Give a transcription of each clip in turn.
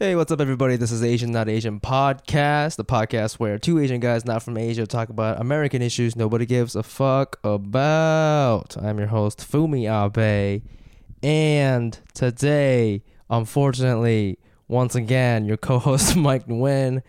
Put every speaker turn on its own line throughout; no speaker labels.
Hey, what's up, everybody? This is Asian Not Asian podcast, the podcast where two Asian guys not from Asia talk about American issues nobody gives a fuck about. I'm your host, Fumi Abe, and today, unfortunately, once again, your co-host Mike Nguyen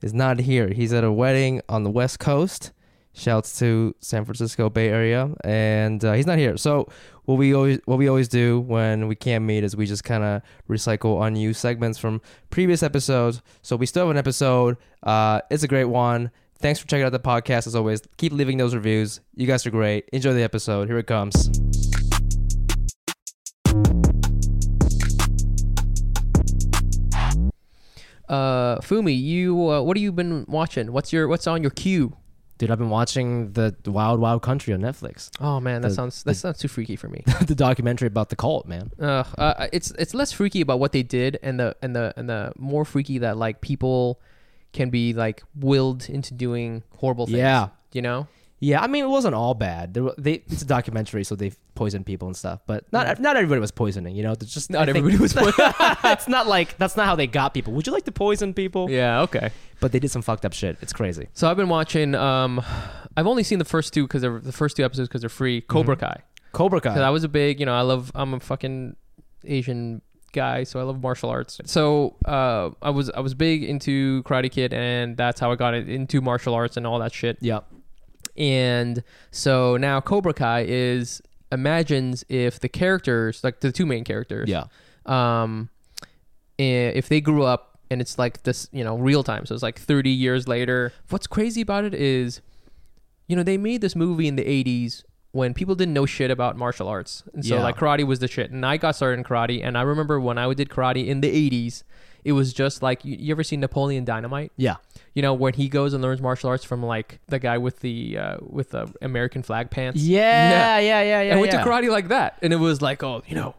is not here. He's at a wedding on the West Coast. Shouts to San Francisco Bay Area, and uh, he's not here. So what we always what we always do when we can't meet is we just kind of recycle unused segments from previous episodes. So we still have an episode. Uh, it's a great one. Thanks for checking out the podcast. As always, keep leaving those reviews. You guys are great. Enjoy the episode. Here it comes.
Uh, Fumi, you uh, what have you been watching? What's your what's on your queue?
Dude, I've been watching the Wild Wild Country on Netflix.
Oh man, that
The-
sounds that sounds too freaky for me.
the documentary about the cult, man.
Ugh, uh, it's it's less freaky about what they did, and the and the and the more freaky that like people can be like willed into doing horrible things.
Yeah.
you know.
Yeah, I mean it wasn't all bad. There were, they it's a documentary, so they poisoned people and stuff. But not not everybody was poisoning. You know, it's just
Not everybody was
poisoning. it's not like that's not how they got people. Would you like to poison people?
Yeah. Okay.
But they did some fucked up shit. It's crazy.
So I've been watching. Um, I've only seen the first two because the first two episodes because they're free. Cobra Kai.
Cobra Kai.
Because Mm-hmm. I was a big, you know, I love. I'm a fucking Asian guy, so I love martial arts. So uh, I was I was big into Karate Kid, and that's how I got it into martial arts and all that shit.
yeah.
And so now Cobra Kai is imagines if the characters, like the two main characters,
Yeah.
um, i- if they grew up and it's like this, you know, real time. So it's like 30 years later. What's crazy about it is, you know, they made this movie in the 80s when people didn't know shit about martial arts. And so
Yeah.
like karate was the shit. And I got started in karate. And I remember when I did karate in the 80s, it was just like, you, you ever seen Napoleon Dynamite?
Yeah.
You know, when he goes and learns martial arts from like the guy with the, uh, with the American flag pants.
Yeah. Yeah. Yeah. Yeah.
I went
yeah.
to karate like that, and it was like, oh, you know,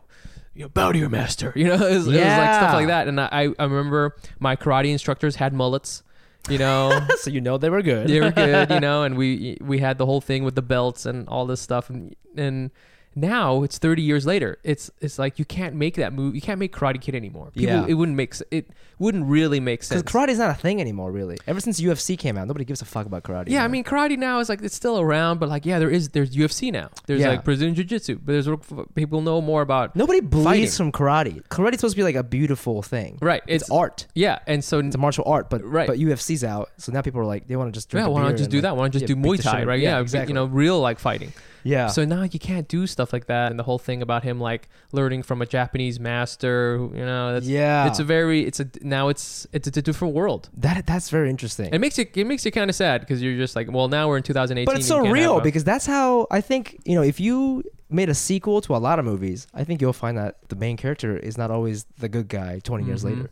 you know, bow to your master. You know, it was, it was like
Yeah.
stuff like that. And I, I remember my karate instructors had mullets. You know,
So you know they were good.
they were good. You know, and we we had the whole thing with the belts and all this stuff. And and now it's 30 years later. It's it's like you can't make that move. You can't make Karate Kid anymore. People,
Yeah.
it wouldn't make s- it wouldn't really make
Because
sense.
karate's not a thing anymore, really. Ever since UFC came out, nobody gives a fuck about karate.
Yeah, I
anymore.
mean, karate now is like it's still around, but like, yeah, there is there's UFC now. There's
Yeah.
like Brazilian Jiu Jitsu, but there's people know more about.
nobody
Fighting.
bleeds from karate. Karate's supposed to be like a beautiful thing.
Right,
It's,
it's-
art.
Yeah, and so
It's a martial art, but
Right.
but UFC's out, so now people are like they want to just drink.
yeah,
a
why
beer
not just
and,
do
like,
that? Why not just
yeah,
do
beat the
Muay
shit
Thai,
out-
right?
Yeah,
Yeah, be-
exactly.
You know, real like fighting.
Yeah.
So now you can't do stuff like that, and the whole thing about him like learning from a Japanese master. who- You know, that's,
yeah,
it's a very it's a now it's it's a different world.
that that's very interesting.
It makes it it makes you kind of sad because you're just like, well, now we're in 2018.
but it's
you
so
can't
real
have a-
because that's how I think you know if you made a sequel to a lot of movies, I think you'll find that the main character is not always the good guy 20 years later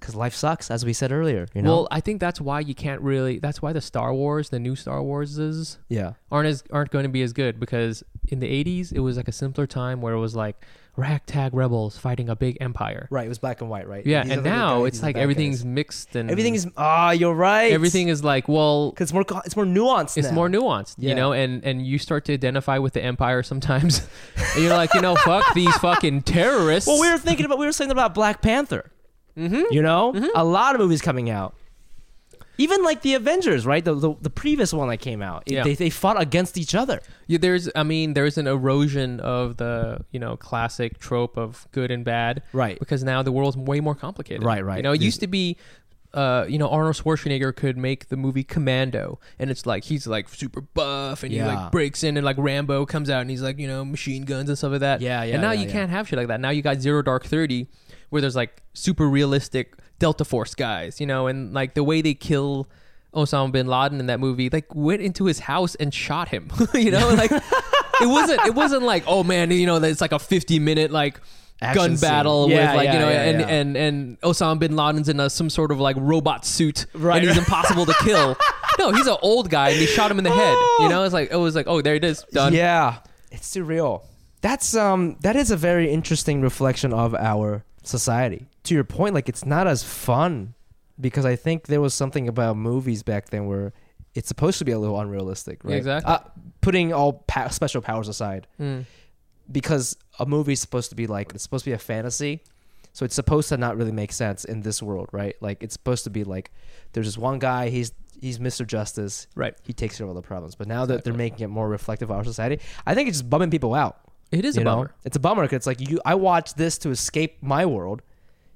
because life sucks, as we said earlier. You know,
Mm-hmm. Well, I think that's why you can't really. That's why the Star Wars, the new Star Warses,
yeah,
aren't as aren't going to be as good because in the 80s it was like a simpler time where it was like ragtag rebels fighting a big empire.
right. It was black and white, right?
Yeah,
These are
and
the good
now
guys,
it's
these are the
like
bad guys.
everything's mixed and
everything is ah, you're right.
everything is like well
because more co- it's more nuanced.
it's
now.
more nuanced,
Yeah.
you know, and and you start to identify with the empire sometimes. and you're like, you know, fuck these fucking terrorists.
Well, we were thinking about we were saying about Black Panther. Mm-hmm. You know, a lot of movies coming out. Even like the Avengers, right? The the, the previous one that came out, it-
Yeah.
they they fought against each other.
Yeah, there's I mean, there's an erosion of the, you know, classic trope of good and bad.
Right.
Because now the world's way more complicated.
Right, right.
You know, it used to be uh, you know, Arnold Schwarzenegger could make the movie Commando and it's like he's like super buff and he
Yeah.
like breaks in and like Rambo comes out and he's like, you know, machine guns and stuff like that.
Yeah, yeah,
And now
yeah,
you
yeah.
can't have shit like that. Now you got Zero Dark Thirty where there's like super realistic Delta Force guys, you know, and like the way they kill Osama bin Laden in that movie, like went into his house and shot him. you know, like it wasn't it wasn't like, oh man, you know, it's like a fifty minute like
Action
gun
scene.
battle
Yeah,
with like
yeah,
you know
yeah,
and,
yeah.
and and Osama bin Laden's in a, some sort of like robot suit
Right.
and he's impossible to kill. No, he's an old guy and they shot him in the head. You know, it's like it was like, oh there it is, done.
Yeah, it's surreal. That's um that is a very interesting reflection of our society. To your point, like it's not as fun because I think there was something about movies back then where it's supposed to be a little unrealistic,
Yeah,
right?
exactly.
Uh, putting all pa- special powers aside,
Mm.
because a movie is supposed to be like it's supposed to be a fantasy so it's supposed to not really make sense in this world right like it's supposed to be like there's this one guy he's he's mr justice
Right.
he takes care of all the problems but now that they're making it more reflective of our society i think it's just bumming people out
It is
you
a
know?
bummer.
it's a bummer 'cause it's like you i watch this to escape my world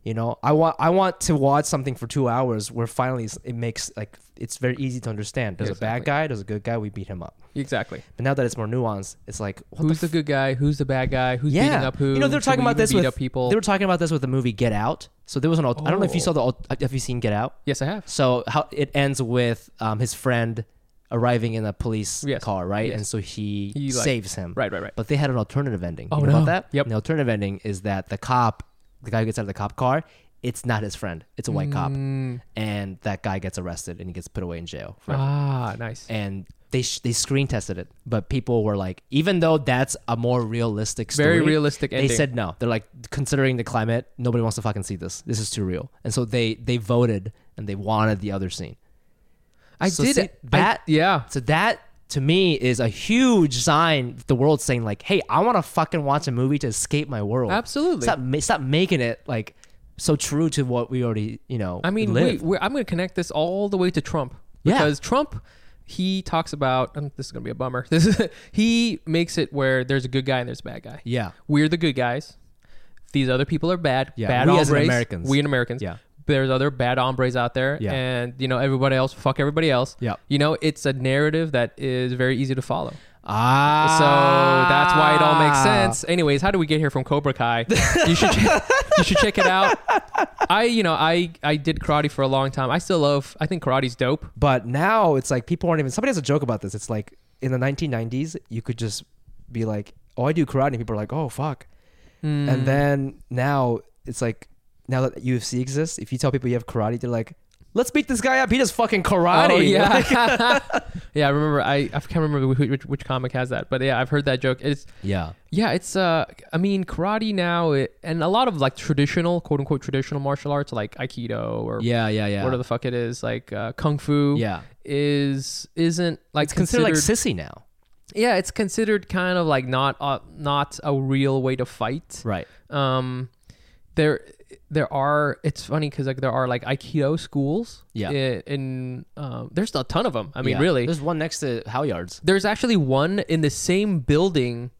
you know i want i want to watch something for two hours where finally it's- it makes like it's very easy to understand there's a bad
Exactly.
guy there's a good guy we beat him up
Exactly.
but now that it's more nuanced it's like what
who's
the
the, good guy? Who's the bad guy? Who's
yeah.
beating up who?
You know, they're
Should
talking
we
about
even
this
beat
with
up people.
They were talking about this with the movie Get Out. So there was an. Alt- I don't know if you
Oh.
saw the. Alt- have you seen Get Out?
yes, I have.
So how it ends with um, his friend arriving in a police
Yes.
car, right?
Yes.
And so he,
He, like-
saves him.
Right, right, right.
But they had an alternative ending.
Oh,
you know about
no.
that?
Yep.
And The alternative ending is that the cop, the guy who gets out of the cop car, it's not his friend. It's a white cop,
Mm.
and that guy gets arrested and he gets put away in jail. forever
Ah, nice.
and they sh- they screen tested it, but people were like, even though that's a more realistic, story,
Very realistic
They
ending.
said no. They're like, considering the climate, nobody wants to fucking see this. This is too real, and so they they voted and they wanted the other scene.
I
so
did
see,
it. I-
that-
yeah.
So that to me is a huge sign of the world saying like, hey, I want to fucking watch a movie to escape my world.
Absolutely.
Oh, Stop ma- stop making it like so true to what we already you know.
I mean,
live.
we, we're, I'm going to connect this all the way to Trump
Yeah.
because Trump, he talks about um, this is going to be a bummer. This is, he makes it where there's a good guy and there's a bad guy.
yeah.
We're the good guys. These other people are bad.
Yeah,
Bad
we
hombres.
as in Americans.
We in Americans.
Yeah.
There's other bad hombres out there,
Yeah.
and you know everybody else. Fuck everybody else.
Yeah.
You know it's a narrative that is very easy to follow.
Ah.
So that's why it all makes sense. Anyways, how do we get here from Cobra Kai? You should check, you should check it out. I you know I I did karate for a long time. I still love. I think karate's dope.
But now it's like people aren't even. Somebody has a joke about this. It's like in the 1990s, you could just be like, "Oh, I do karate," and people are like, "Oh, fuck."
Hmm.
And then now it's like, now that UFC exists, if you tell people you have karate, they're like, "Let's beat this guy up. He does fucking karate."
Oh
Like-
yeah, yeah. I remember. I I can't remember which, which, which comic has that, but yeah, I've heard that joke. It's
yeah.
yeah, it's uh. I mean, karate now it, and a lot of like traditional quote unquote traditional martial arts like aikido or
Yeah. Yeah. Yeah.
whatever the fuck it is like uh, kung fu.
Yeah.
is isn't like
it's considered, like sissy now.
yeah, it's considered kind of like not uh, not a real way to fight.
Right.
Um, there there are it's funny because like there are like aikido schools.
Yeah.
i- In, um, there's a ton of them. I mean,
Yeah.
really,
There's one next to Howyards.
there's actually one in the same building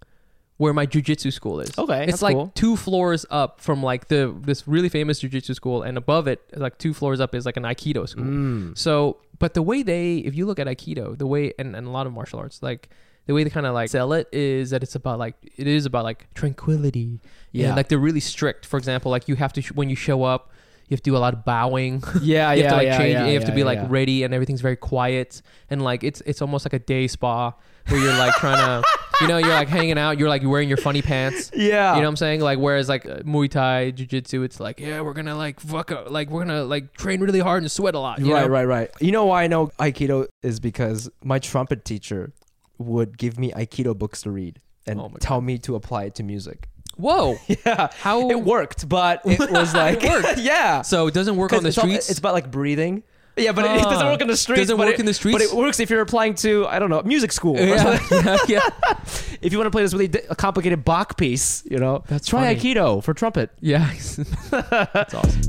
where my jujitsu school is.
Okay,
it's
that's
like
cool.
two floors up from like the this really famous jujitsu school, and above it, like two floors up, is like an aikido school. So, but the way they, if you look at aikido, the way and, and a lot of martial arts, like the way they kind of like sell it is that it's about like it is about like tranquility. Yeah,
Yeah.
like they're really strict. For example, like you have to sh- when you show up. You have to do a lot of bowing.
Yeah,
you have
yeah,
to like
yeah,
change.
yeah,
you have to
yeah,
be like
yeah.
ready, and everything's very quiet. And like it's it's almost like a day spa where you're like trying to, you know, you're like hanging out. You're like wearing your funny pants.
Yeah.
You know what I'm saying? Like whereas like uh, Muay Thai, Jiu Jitsu, it's like yeah, we're gonna like fuck up, like we're gonna like train really hard and sweat a lot. you
right,
know?
right, right. You know why I know Aikido is because my trumpet teacher would give me Aikido books to read and
Oh my
tell me to apply it to music.
Whoa.
Yeah,
How-
it worked, but it was like
worked.
yeah.
So it doesn't work
'Cause
on the
it's all-
streets.
it's about like breathing. Yeah, but it, it doesn't
Ah.
work on the streets.
Doesn't
but
work
it-
in the streets?
but it works if you're applying to I don't know music school. or something.
yeah, yeah, yeah.
if you want to play this really di- a complicated Bach piece, you know,
That's
try
funny.
Aikido for trumpet.
Yeah. That's awesome.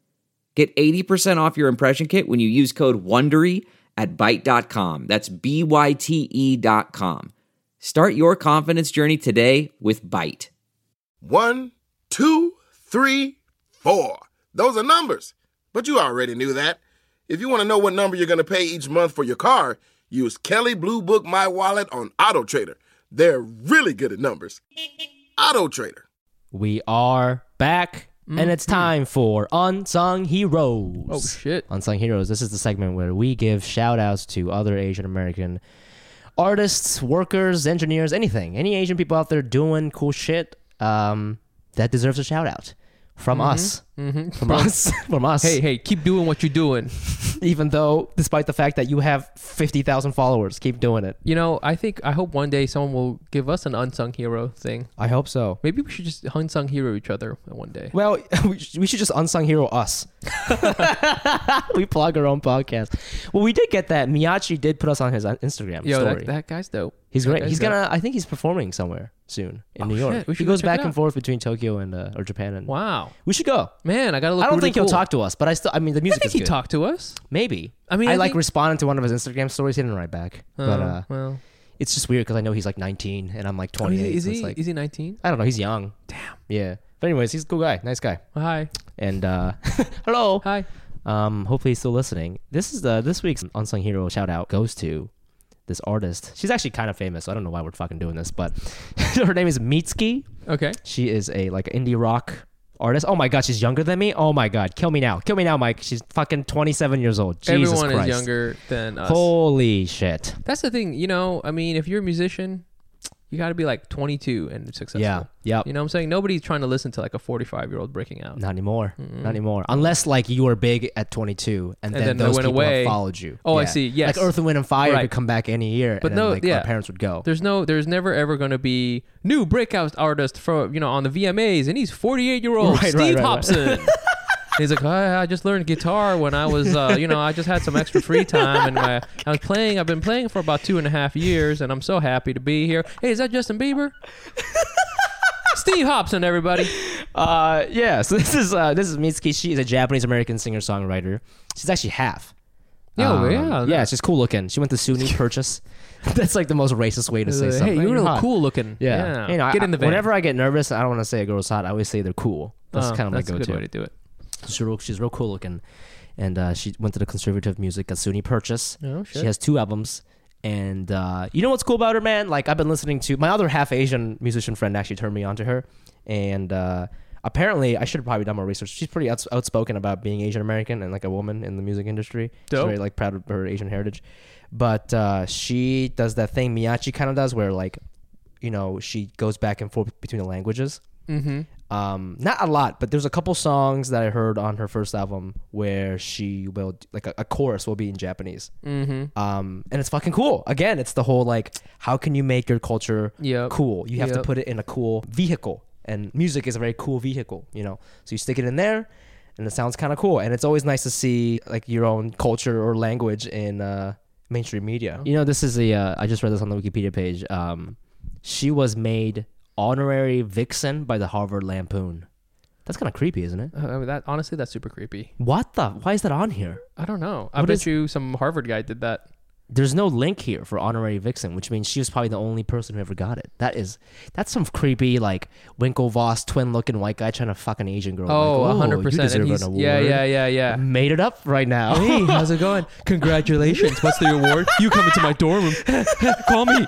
Get 80% off your impression kit when you use code WONDERY at Byte.com. That's B-Y-T-E E dot com. Start your confidence journey today with Byte.
One, two, three, four. Those are numbers. But you already knew that. If you want to know what number you're going to pay each month for your car, Use Kelly Blue Book My Wallet on Auto Trader. They're really good at numbers. Auto Trader.
We are back, and it's time for Unsung Heroes.
Mm-hmm. Oh shit.
Unsung Heroes. This is the segment where we give shout outs to other Asian American artists, workers, engineers, anything. Any Asian people out there doing cool shit um, that deserves a shout out from us. From us. from us.
Mm-hmm. Hey, hey, keep doing what you're doing.
Even though, despite the fact that you have 50,000 followers, keep doing it.
You know, I think I hope one day someone will give us an unsung hero thing.
I hope so.
Maybe we should just unsung hero each other one day.
Well, we sh- we should just unsung hero us. we plug our own podcast. Well, we did get that. Miyachi did put us on his uh, Instagram
Yo,
story.
that, that guy's dope.
He's great.
Okay,
He's
so-
gonna. I think he's performing somewhere soon in New York.
shit, we should
He
go
goes
check
back
it
and
out.
forth between Tokyo and uh, or Japan. And
Wow,
we should go.
man, I gotta look.
I don't
really
think he'll
cool.
talk to us, but I still. I mean, the
I
music
think
is
he
good.
talked to us.
Maybe.
I mean,
I,
I
like
think-
responded to one of his Instagram stories. He didn't write back, but
Oh,
uh,
well,
it's just weird because I know he's like 19 and I'm like
I mean,
28.
Oh, is
so it's
he
like-
is he 19?
I don't know. He's young. Damn. Yeah. But anyways, he's a cool guy. Nice guy.
Hi,
And uh, hello.
hi.
Um, hopefully he's still listening. This is the this week's unsung hero shout out goes to this artist. She's actually kind of famous. So I don't know why we're fucking doing this, but her name is Mitski.
Okay,
She is a like indie rock artist. Oh my god, she's younger than me. Oh my god, kill me now, kill me now, Mike. She's fucking twenty seven years old. Jesus
everyone
Christ.
is younger than us.
Holy shit.
That's the thing, you know. I mean, if you're a musician, you got to be like 22 and successful.
Yeah. Yep.
You know what I'm saying? Nobody's trying to listen to like a 45 year old breaking out.
Not anymore. Not anymore. Unless like you were big at 22, and,
then they
those
went
people
away.
have followed you.
Oh, I see. Yes.
Like Earth and Wind and Fire
Right.
could come back any year,
But
and then,
no,
like,
yeah.
our parents would go.
There's no, there's never ever going to be new breakout artist from you know on the VMAs, and he's 48 year old
Right, right,
Steve
right, right.
Hobson. He's like, "I- I just learned guitar when I was, uh, you know, I just had some extra free time and I, I was playing. I've been playing for about two and a half years, and I'm so happy to be here. Hey, is that Justin Bieber? Steve Hobson, everybody.
Uh, yeah. So this is uh, this is Mitsuki. She is a Japanese American singer songwriter. She's actually half.
Yo,
Um,
yeah,
yeah. She's cool looking. She went to SUNY Purchase. That's like the most racist way to say
Uh, Hey,
something.
you're real
hot.
cool looking.
Yeah. You know,
get
I-
in the van.
Whenever I get nervous, and I don't want to say a girl's hot. I always say they're cool. That's
Uh,
kind of my
that's a
go-to.
good way to do it.
She's real, she's real cool looking, and uh, she went to the conservative music at SUNY Purchase.
Oh, shit.
She has two albums, and uh, you know what's cool about her, man? Like I've been listening to my other half Asian musician friend actually turned me on to her, and uh, apparently I should have probably done more research. She's pretty outs- outspoken about being Asian American and like a woman in the music industry. She's
Dope.
very like proud of her Asian heritage, but uh, she does that thing Miyachi kind of does where like, you know, she goes back and forth between the languages um not a lot but there's a couple songs that i heard on her first album where she will like a, a chorus will be in japanese mm-hmm. um and it's fucking cool again it's the whole like how can you make your culture
Yep.
cool you have to
Yep.
put it in a cool vehicle and music is a very cool vehicle you know so you stick it in there and it sounds kind of cool and it's always nice to see like your own culture or language in uh mainstream media you know this is a uh, i just read this on the wikipedia page um she was made honorary vixen by the Harvard Lampoon. That's kind of creepy, isn't it?
Uh, I mean, that honestly, that's super creepy.
What the? Why is that on here?
I don't know. I
What
bet
is-
you some Harvard guy did that.
There's no link here for honorary vixen, which means she was probably the only person who ever got it. That is, that's some creepy like Winklevoss twin looking white guy trying to fuck an Asian girl.
Oh,
like, "Ooh,
100
you
percent.
deserve
And
an
he's yeah,
award."
yeah, yeah, yeah.
Made it up right now.
Hey, how's it going? Congratulations. What's the award? You come into my dorm room. Call me.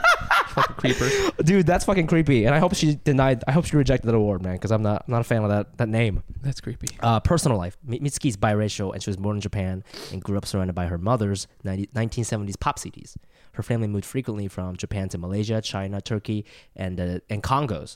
Fucking creeper.
Dude, that's fucking creepy. And I hope she denied. I hope she rejected that award, man, because I'm not I'm not a fan of that that name.
That's creepy.
Uh, personal life. Mi- Mitsuki's biracial, and she was born in Japan and grew up surrounded by her mother's 90, 1970s pop CDs. Her family moved frequently from Japan to Malaysia, China, Turkey, and uh, and Congos,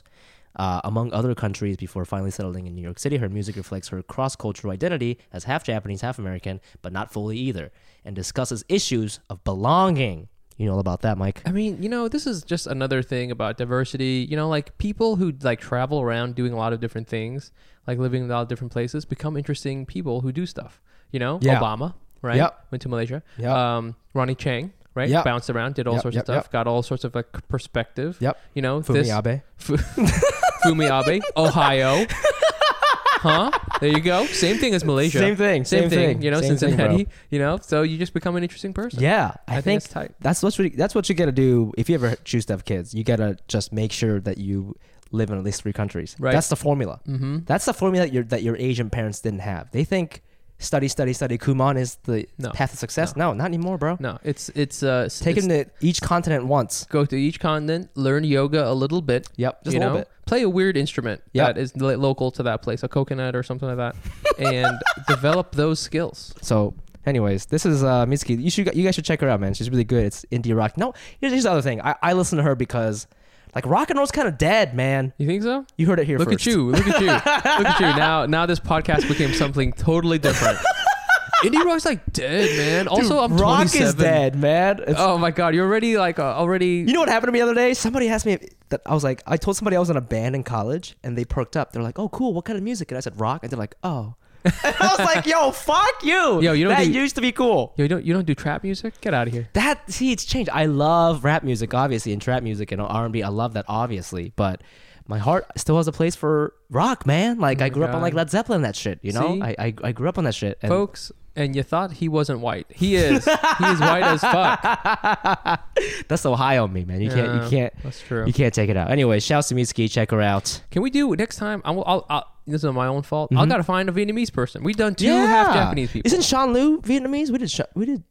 uh, among other countries, before finally settling in New York City. Her music reflects her cross-cultural identity as half Japanese, half American, but not fully either, and discusses issues of belonging. You know all about that, Mike.
I mean, you know, this is just another thing about diversity. You know, like people who like travel around doing a lot of different things, like living in a lot of different places, become interesting people who do stuff. You know,
Yeah.
Obama, right?
Yep.
Went to Malaysia.
Yep.
Um, Ronnie Chang, right?
Yep.
Bounced around, did all
Yep,
sorts
yep,
of stuff,
yep.
got all sorts of like perspective.
Yep.
You know, this
Fumiabe.
Fu- Fumi Abe, Ohio. huh? There you go. Same thing as Malaysia.
Same thing, same thing,
You know,
same thing, bro.
Cincinnati. you know, so you just become an interesting person.
Yeah,
I
I,
think
think,
it's tight.
that's what you, that's what you gotta do if you ever choose to have kids. You gotta just make sure that you live in at least three countries.
Right.
That's the formula. Mm-hmm. That's the formula that your that your Asian parents didn't have. They think study, study, study. Kumon is the
No.
path to success. No, not anymore, bro.
No, it's it's uh s-
Take
it's-
him to each continent once.
go to each continent, learn yoga a little bit.
Yep, just
you
a little
know,
bit.
play a weird instrument
Yep.
that is lo- local to that place, a coconut or something like that, and develop those skills.
So, anyways, this is uh, Mitsuki. You should you guys should check her out, man. She's really good. It's indie rock. No, here's, here's the other thing. I, I listen to her because like rock and roll's kind of dead, man.
You think so?
You heard it here
Look
first.
at you! Look at you! look at you! Now, now this podcast became something totally different. Indie rock's like dead, man. Also, I'm
rock
27.
is dead, man. It's-
Oh my god, you're already like uh, already.
You know what happened to me the other day? Somebody asked me if, that I was like, I told somebody I was in a band in college, and they perked up. They're like, "Oh, cool. What kind of music?" And I said, "Rock." And they're like, "Oh." And I was like, "Yo, fuck you.
Yo, you don't
that
do-
used to be cool."
Yo, you don't you don't do trap music? Get out of here.
that see it's changed i love rap music obviously and trap music and r&b i love that obviously but my heart still has a place for rock man like i grew up on
God.
like led zeppelin and that shit you know
See?
I, I i grew up on that shit and
Folks, and you thought he wasn't white. He is. he is white as fuck.
that's so high on me man you can't
Yeah,
you can't
that's true.
you can't take it out anyway shouts to Mitsuki check her out
Can we do next time? I'll, I'll, I'll this is my own fault.
Mm-hmm.
I gotta find a Vietnamese person. We done two half Japanese people.
isn't Sean Liu Vietnamese we did Sha- we did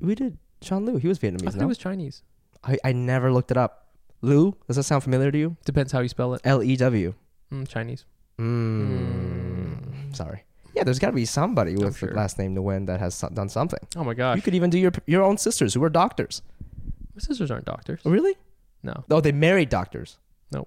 we did Sean Liu he was
I
Vietnamese
thought
no?
it was Chinese.
I, I never looked it up Liu does that sound familiar to you E
Depends how you spell it.
L-E-W
Mm, Chinese.
sorry yeah there's got to be somebody with
sure.
the last name Nguyen that has so- done something
Oh my
You
gosh,
could even do your your own sisters who were doctors.
my sisters aren't doctors.
Really?
No,
Oh, they married doctors.
no.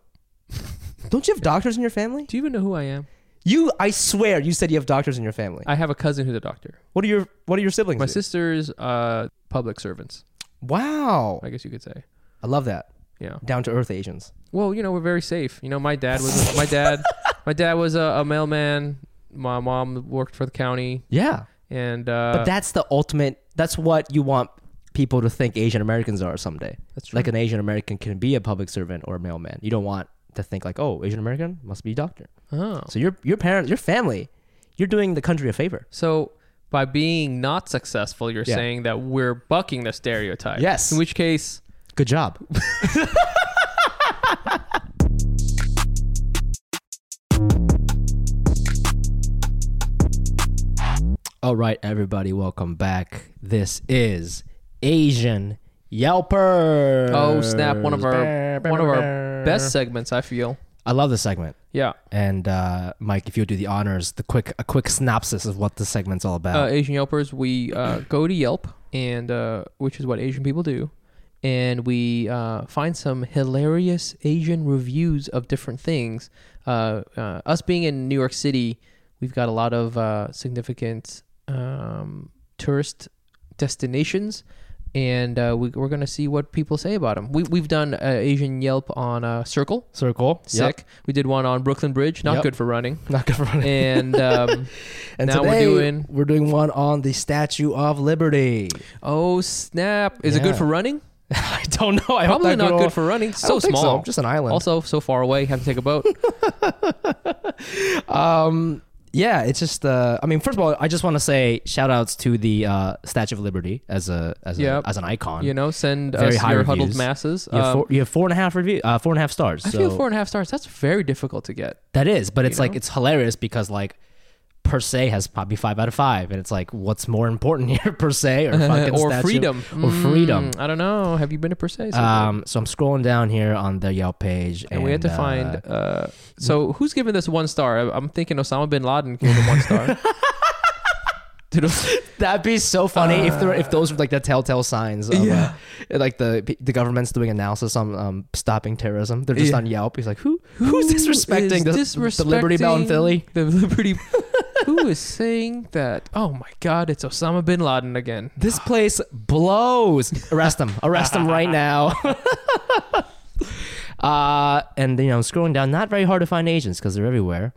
Don't you have doctors in your family?
Do you even know who I am?
You, I swear, you said you have doctors in your family.
I have a cousin who's a doctor.
What are your What are your siblings?
My
do?
sisters, uh, public servants.
Wow,
I guess you could say.
I love that.
Yeah.
Down to earth Asians.
Well, you know, we're very safe. You know, my dad was my dad. My dad was a, a mailman. My mom worked for the county,
Yeah,
and uh,
but that's the ultimate. That's what you want people to think Asian Americans are someday.
That's
Like an Asian American can be a public servant or a mailman. You don't want to think like, oh, Asian American must be a doctor.
oh.
So your your parents, your family, you're doing the country a favor.
So by being not successful, you're
Yeah.
saying that we're bucking the stereotype.
Yes.
In which case,
Good job. All right, everybody, welcome back. This is Asian Yelper.
oh snap! One of our one of our best segments, I feel.
I love this segment.
Yeah.
And uh, Mike, if you'll do the honors, the quick a quick synopsis of what the segment's all about.
Uh, Asian Yelpers, we uh, go to Yelp, and uh, which is what Asian people do, and we uh, find some hilarious Asian reviews of different things. Uh, uh, us being in New York City, we've got a lot of uh, significant um, tourist destinations, and uh, we, we're gonna see what people say about them. We, we've done uh, Asian Yelp on uh, Circle,
Circle.
sick. We did one on Brooklyn Bridge, not
Yep.
good for running,
Not good for running.
and. Um,
And
now we're
today,
doing-
we're doing one on the Statue of Liberty.
Oh snap! Is it
Yeah.
good for running?
I don't know. I hope
Probably
that
not
girl-
good for running.
I
So
don't think
small,
so. Just an island.
Also, so far away, have to take a boat.
yeah, it's just. Uh, I mean, first of all, I just want to say shout outs to the uh, Statue of Liberty as a as, a,
Yep.
as an icon.
you know, send
Very
us
high
your
reviews.
huddled masses.
You have,
Um,
four, you have four and a half review, uh, four and a half stars.
I
so
feel four and a half stars. That's very difficult to get.
that is, but it's like it's hilarious because like per se has probably five out of five, and it's like what's more important here per se or fucking
Uh, or
statue
freedom.
or freedom.
Mm, I don't know. Have you been to per se?
Um, so I'm scrolling down here on the Yelp page, and,
and we had to
uh,
find. Uh, so who's giving this one star? I, I'm thinking Osama bin Laden gave it one star. Did Os-
That'd be so funny if there, if those were like the telltale signs. Of, Uh. yeah. like the the government's doing analysis on um, stopping terrorism. They're just on Yelp. He's like, who who's disrespecting,
Who
the,
is
the Liberty Bell in
disrespecting
Philly?
The Liberty. Who is saying that? Oh my God! It's Osama bin Laden again.
This place blows. Arrest them. Arrest them right now. uh, and you know, scrolling down, not very hard to find Asians because they're everywhere.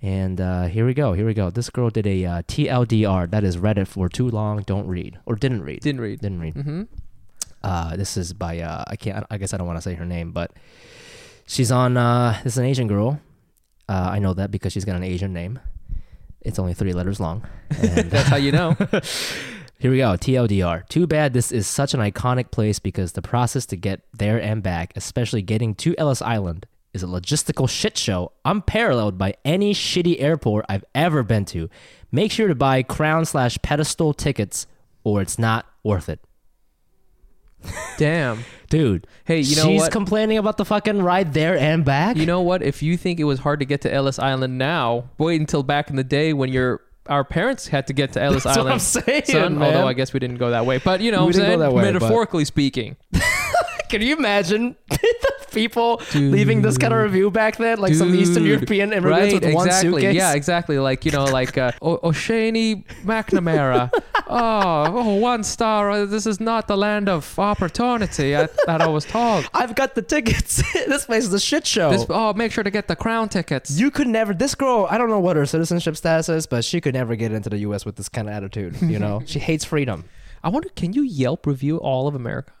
And uh, here we go. Here we go. This girl did a uh, TLDR. That is Reddit for too long. Don't read or didn't read.
Didn't read.
Didn't read.
Mm-hmm.
uh, this is by uh, I can't I guess I don't want to say her name, but she's on uh, this is an Asian girl. Uh, I know that because she's got an Asian name. It's only three letters long. And
That's how you know.
here we go. TLDR. Too bad this is such an iconic place because the process to get there and back, especially getting to Ellis Island, is a logistical shit show unparalleled by any shitty airport I've ever been to. Make sure to buy crown slash pedestal tickets or it's not worth it.
Damn.
Dude,
Hey, you know
she's
what?
complaining about the fucking ride there and back.
You know what? If you think it was hard to get to Ellis Island now, wait until back in the day when your our parents had to get to Ellis
That's what
Island.
I'm saying,
son.
man.
Although I guess we didn't go that way, but you know,
We
what I'm
didn't
saying
go that way, but-
metaphorically speaking.
Can you imagine the people leaving this kind of review back then? Like some Eastern
Dude.
European immigrants
right,
with one
exactly.
suitcase?
Yeah, exactly. Like you know, like uh, o- O'Shaney McNamara. oh, oh, one star. Uh, This is not the land of opportunity I, that I was told.
I've got the tickets. this place is a shit show.
This, oh, make sure to get the crown tickets.
you could never. This girl, I don't know what her citizenship status is, but she could never get into the U.S. with this kind of attitude. You know, she hates freedom.
I wonder, can you Yelp review all of America?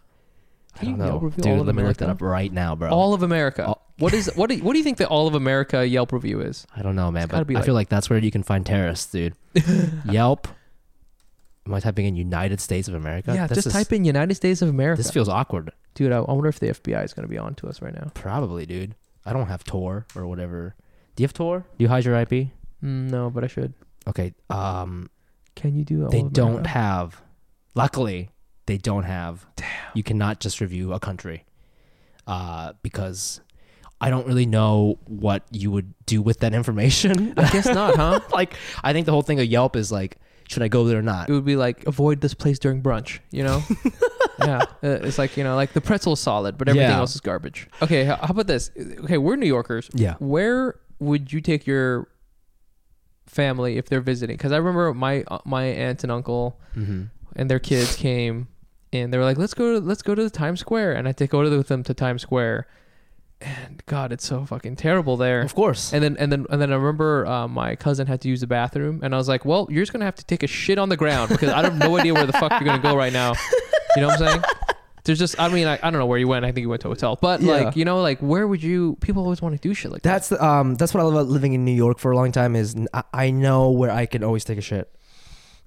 Can
I
you
don't know.
Yelp review
Dude,
all
let
of
me look
America?
that up Oh. right now, bro.
All of America. What is what? Do, what do you think the All of America Yelp review is?
I don't know, man,
gotta
but
be
I
like-
feel like that's where you can find terrorists, dude. Yelp. Am I typing in United States of America?
yeah,
This
just
is-
type in United States of America.
This feels awkward.
Dude, I, I wonder if the FBI is going to be on to us right now.
Probably, dude. I don't have Tor or whatever. Do you have Tor? Do you hide your IP?
Mm, no, but I should.
Okay. Um,
Can you do? All
they
of
don't
America?
have. Luckily, they don't have. You cannot just review a country, uh, because I don't really know what you would do with that information.
I guess not, huh?
like, I think the whole thing of Yelp is like, should I go there or not?
It would be like avoid this place during brunch. You know. yeah, Uh, it's like you know, like the pretzel's solid, but everything
Yeah.
else is garbage. Okay, h- how about this? Okay, we're New Yorkers.
Yeah.
Where would you take your family if they're visiting? Because I remember my uh, my aunt and uncle
Mm-hmm.
and their kids came, and they were like, "Let's go to let's go to the Times Square," and I take go with them to Times Square. And God, it's so fucking terrible there.
Of course.
And then and then and then I remember uh, my cousin had to use the bathroom, and I was like, "Well, you're just gonna have to take a shit on the ground because I have no idea where the fuck you're gonna go right now." You know what I'm saying? There's just, I mean, I, I don't know where you went. I think you went to a hotel, but
Yeah.
like, you know, like where would you? People always want to do shit like that.
That's the, um that's what I love about living in New York for a long time is n- I- I know where I can always take a shit.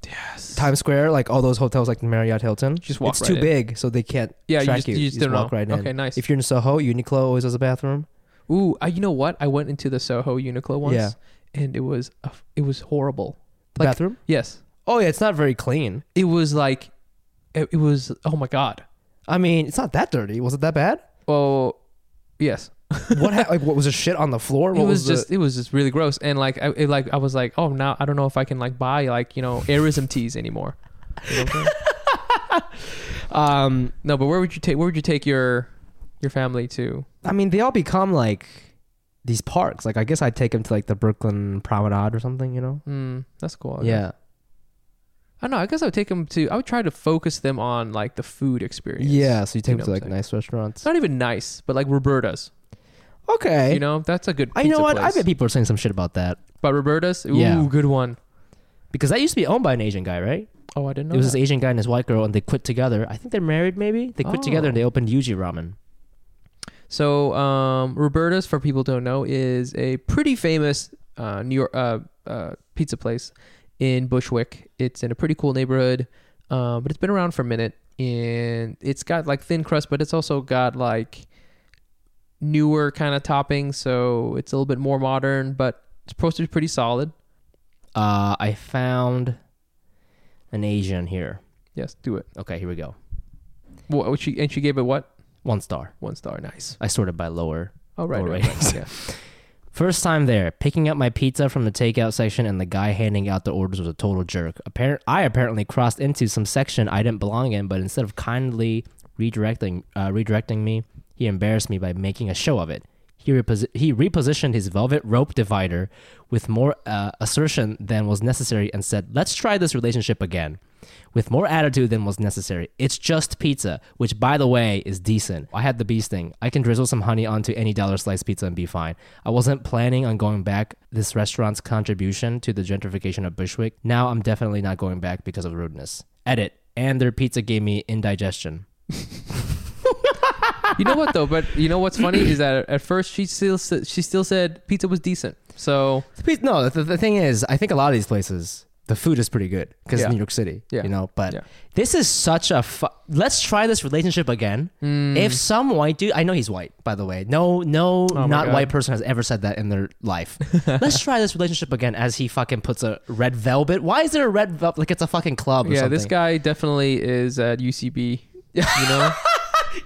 Yes. Times Square, like all those hotels, like the Marriott Hilton,
Just walk
It's
right
too
in.
big, so they can't.
Yeah, you
track
just-
you.
you just don't
walk
know.
right in.
Okay, nice.
If you're in Soho, Uniqlo always has a bathroom.
Ooh, I, you know what? I went into the Soho Uniqlo once,
Yeah.
and it was a, it was horrible.
The bathroom?
Yes,
Oh yeah, it's not very clean.
it was like, it, it was. Oh my god.
I mean, it's not that dirty. Was it that bad?
Oh, yes.
What ha- like what was a shit on the floor? What
it was,
the-
just it was just really gross and like I it, like I was like oh now I don't know if I can like buy like you know Aerism teas anymore. You know what I'm saying?
um.
no, but where would you take where would you take your your family to?
I mean, they all become like these parks. Like I guess I'd take them to like the Brooklyn Promenade or something. You know?
Hmm, that's cool. I guess.
Yeah.
I don't know. I guess I would take them to I would try to focus them on like the food experience.
Yeah. So you take
know
them to
what
like
I'm saying?
nice restaurants.
It's not even nice, but like Roberta's.
Okay.
You know, that's a good.
Eh? I you know
pizza
what? I
place.
bet people are saying some shit about that
But Roberta's, ooh,
Yeah.
good one.
because that used to be owned by an Asian guy, right?
Oh, I didn't know.
It was this
that.
Asian guy and his white girl, and they quit together. I think they're married, maybe. They quit together and
Oh.
they opened Yuji Ramen.
So um, Roberta's, for people who don't know, is a pretty famous uh, New York uh, uh, pizza place in Bushwick. It's in a pretty cool neighborhood, uh, but it's been around for a minute, and it's got like thin crust, but it's also got like newer kind of toppings, so it's a little bit more modern, but it's supposed to be pretty solid.
Uh, I found an Asian here.
Yes, do it.
Okay, here we go.
What, what she, and she gave it what?
One star.
One star. Nice.
I sorted by lower.
All right.
All
right.
right.
yeah.
First time there, picking up my pizza from the takeout section, and the guy handing out the orders was a total jerk. Appar- I apparently crossed into some section I didn't belong in, but instead of kindly redirecting uh, redirecting me, he embarrassed me by making a show of it. He, repos- he repositioned his velvet rope divider with more uh, assertion than was necessary and said, Let's try this relationship again. With more attitude than was necessary. It's just pizza, which, by the way, is decent. I had the bee sting. I can drizzle some honey onto any dollar slice pizza and be fine. I wasn't planning on going back this restaurant's contribution to the gentrification of Bushwick. Now I'm definitely not going back because of rudeness. Edit. And their pizza gave me indigestion.
you know what though? But you know what's funny is that at first she still sa- she still said pizza was decent. So
The piz- No, the, the thing is, I think a lot of these places,
the food is pretty good because
Yeah.
New York City,
Yeah.
you know. But
Yeah.
This is such a. Fu- Let's try this relationship again.
Hmm.
If some white dude, I know he's white, by the way. No, no, not
Oh God.
white person has ever said that in their life. Let's try this relationship again. As he fucking puts a red velvet. Why is there a red velvet? Like it's a fucking club. Or
yeah, this
something.
guy definitely is at UCB. You know,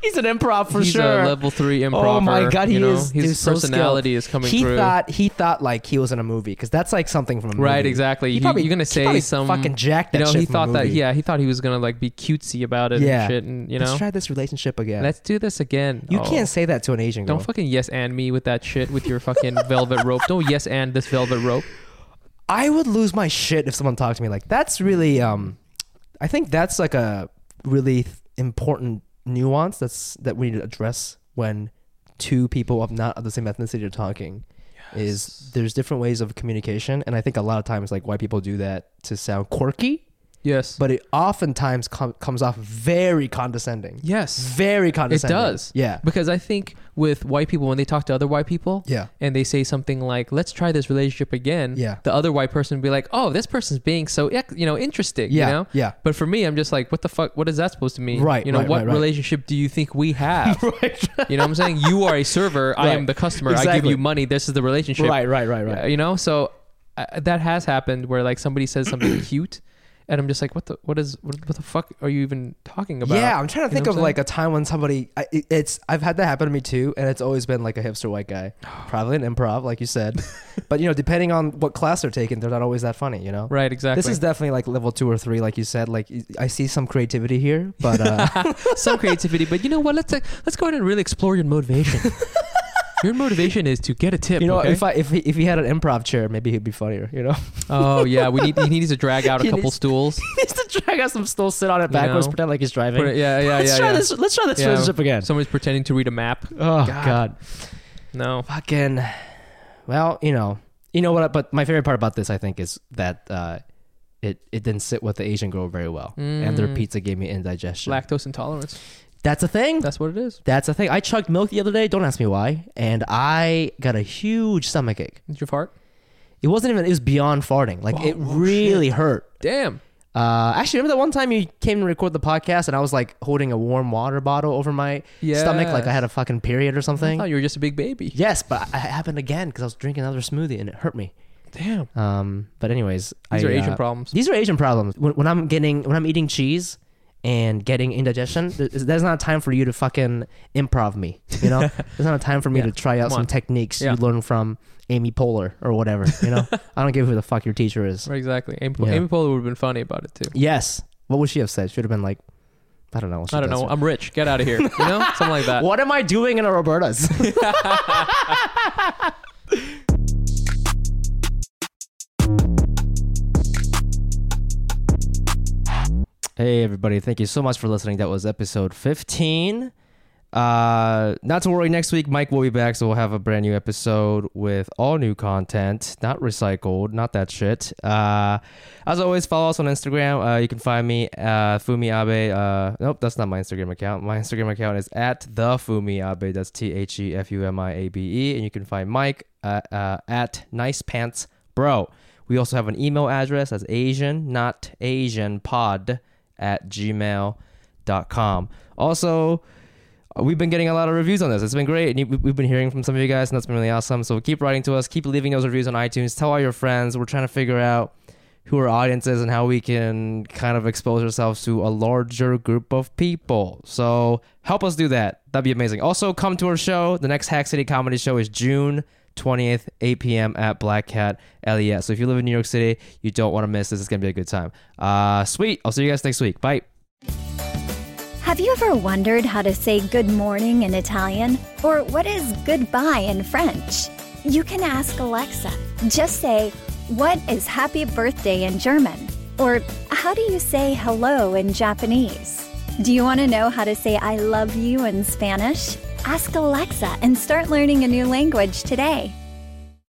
He's an improv for
he's
sure.
a level three improv.
Oh my god, he
you know?
is.
His
dude, so
personality
skilled.
is coming
he
through.
thought he thought like he was in a movie because that's like something from a movie.
Right, exactly.
He
You-
probably-
you're gonna
he
say
probably
some
fucking jacked
You
that
know,
shit
he
from a
thought that.
movie.
Yeah, he thought he was gonna like be cutesy about it
Yeah.
and shit, and you know,
Let's
let's,
try this relationship again.
do this again.
you
Oh.
can't say that to an Asian girl.
Don't fucking yes and me with that shit with your fucking velvet rope. Don't yes and this velvet rope.
I would lose my shit if someone talked to me like that's really um I think that's like a really th- important nuance that's that we need to address when two people of not of the same ethnicity are talking is there's different ways of communication and I think a lot of times like white people do that to sound quirky
Yes,
but it oftentimes com- comes off very condescending
yes,
very
it
condescending
does.
yeah
because I think with white people when they talk to other white people,
Yeah.
and they say something like, "Let's try this relationship again."
Yeah.
the other white person would be like, "Oh, this person's being so ec- you know interesting."
Yeah,
you know?
yeah.
But for me, I'm just like, "What the fuck? What is that supposed to mean?"
Right,
You know,
right,
what
right, right.
relationship do you think we have?
right
You know what I'm saying? You are a server. I am
Right.
the customer. I give
Exactly.
you money. This is the relationship.
right right right
Uh,
right
You know, so uh, that has happened where like somebody says something cute, and I'm just like, what the what is what, what the fuck are you even talking about?
Yeah, I'm trying to
You know
think
what
of
I'm
like a time when somebody I, it- it's I've had that happen to me too, and it's always been like a hipster white guy, probably an improv, like you said. but you know, depending on what class they're taking, they're not always that funny, you know.
right, exactly.
This is definitely like level two or three, like you said. Like y- I see some creativity here, but uh,
some creativity, but you know what? Let's uh, let's go ahead and really explore your motivation. your motivation is to get a tip.
you know,
okay?
if I if he, if he had an improv chair, maybe he'd be funnier. You know,
oh yeah, we need he needs to drag out a
He
couple
needs-
stools.
he needs to drag out some stool, sit on it
You
backwards,
know?
pretend like he's driving.
Put it- yeah, yeah,
let's
yeah.
try
yeah.
this. Let's try this
Yeah.
relationship again.
Someone's pretending to read a map.
Oh
God.
God.
No.
fucking well you know you know what but my favorite part about this i think is that uh it, it didn't sit with the asian girl very well and
Mm.
their pizza gave me indigestion
Lactose intolerance.
that's a thing
That's what it is.
that's a thing i chugged milk the other day don't ask me why and i got a huge stomach ache
Did you fart?
it wasn't even it was beyond farting like it really hurt
Damn.
uh, actually, remember that one time you came to record the podcast and I was like holding a warm water bottle over my stomach, like I had a fucking period or
I
something.
thought you were just a big baby.
Yes, but it happened again because I was drinking another smoothie and it hurt me.
Damn.
Um, but anyways,
These
I,
are Asian
uh,
problems.
These are Asian problems. When, when I'm getting when I'm eating cheese and getting indigestion, th- there's not a time for you to fucking improv me. You know, there's not a time for me to try out
Come
some
on.
techniques
Yeah.
you learn from Amy Poehler or whatever. You know, I don't give who the fuck your teacher is.
Right, exactly. Amy,
Yeah.
Amy Poehler would have been funny about it too.
Yes, what would she have said? She would have been like, I don't know. what she
I don't
does.
know. I'm rich. Get out of here. You know, something like that.
What am I doing in a Roberta's? hey everybody, thank you so much for listening. That was episode 15. Uh not to worry, next week Mike will be back, so we'll have a brand new episode with all new content, not recycled, not that shit. Uh as always, follow us on Instagram. Uh you can find me uh Fumi Abe. Uh nope, that's not my Instagram account. My Instagram account is at the Fumi Abe. That's T H E F U M I A B E. And you can find Mike uh, uh, at Nice Pants Bro. We also have an email address as Asian, not Asian pod at gmail.com. Also, we've been getting a lot of reviews on this. It's been great. And you- we've been hearing from some of you guys, and that's been really awesome. So keep writing to us, keep leaving those reviews on iTunes. Tell all your friends. We're trying to figure out who our audience is and how we can kind of expose ourselves to a larger group of people. So help us do that. That'd be amazing. Also, come to our show. The next Hack City Comedy Show is June 20th, 8 p.m. at Black Cat LES. So if you live in New York City, you don't want to miss this. It's going to be a good time. Uh, sweet. I'll see you guys next week. Bye.
Have you ever wondered how to say good morning in Italian? Or what is goodbye in French? You can ask Alexa. Just say, What is happy birthday in German? Or how do you say hello in Japanese? Do you want to know how to say I love you in Spanish? Ask Alexa and start learning a new language today.